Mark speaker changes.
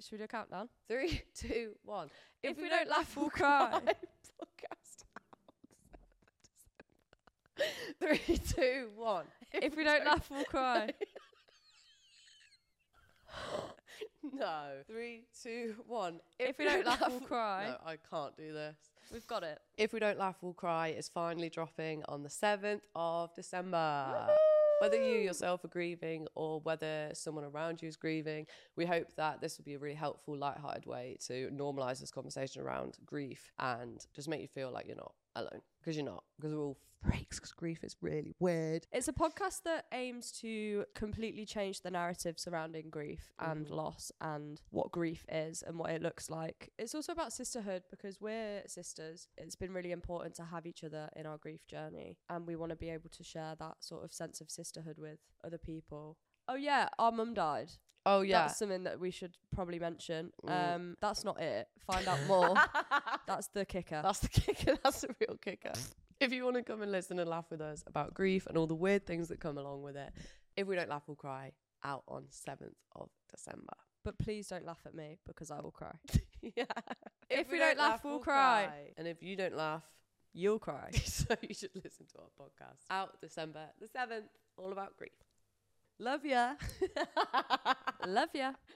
Speaker 1: Should we do a countdown?
Speaker 2: Three, two, one.
Speaker 1: If we don't laugh, we'll cry.
Speaker 2: Podcast out. Three, two, one.
Speaker 1: If we don't laugh, we'll cry.
Speaker 2: No. Three, two, one.
Speaker 1: If we don't laugh, we'll cry.
Speaker 2: No, I can't do this.
Speaker 1: We've got it.
Speaker 2: If we don't laugh, we'll cry is finally dropping on the 7th of December. Whether you yourself are grieving or whether someone around you is grieving, we hope that this will be a really helpful, lighthearted way to normalize this conversation around grief and just make you feel like you're not alone because you're not, because we're all freaks, because grief is really weird.
Speaker 1: It's a podcast that aims to completely change the narrative surrounding grief and
Speaker 2: Mhm.
Speaker 1: loss and what grief is and what it looks like. It's also about sisterhood because we're sisters. It's been really important to have each other in our grief journey and we want to be able to share that sort of sense of sisterhood with other people. Oh yeah, our mum died.
Speaker 2: Oh, yeah.
Speaker 1: That's something that we should probably mention.
Speaker 2: Mm.
Speaker 1: Um that's not it. Find out more. that's the kicker.
Speaker 2: That's the kicker. That's the real kicker. If you want to come and listen and laugh with us about grief and all the weird things that come along with it, if we don't laugh, we'll cry. Out on seventh of December.
Speaker 1: but please don't laugh at me because I will cry.
Speaker 2: yeah.
Speaker 1: If we don't laugh, we'll cry.
Speaker 2: And if you don't laugh,
Speaker 1: You'll cry.
Speaker 2: so you should listen to our podcast. Out December the seventh, all about grief. Love ya.
Speaker 1: Love ya.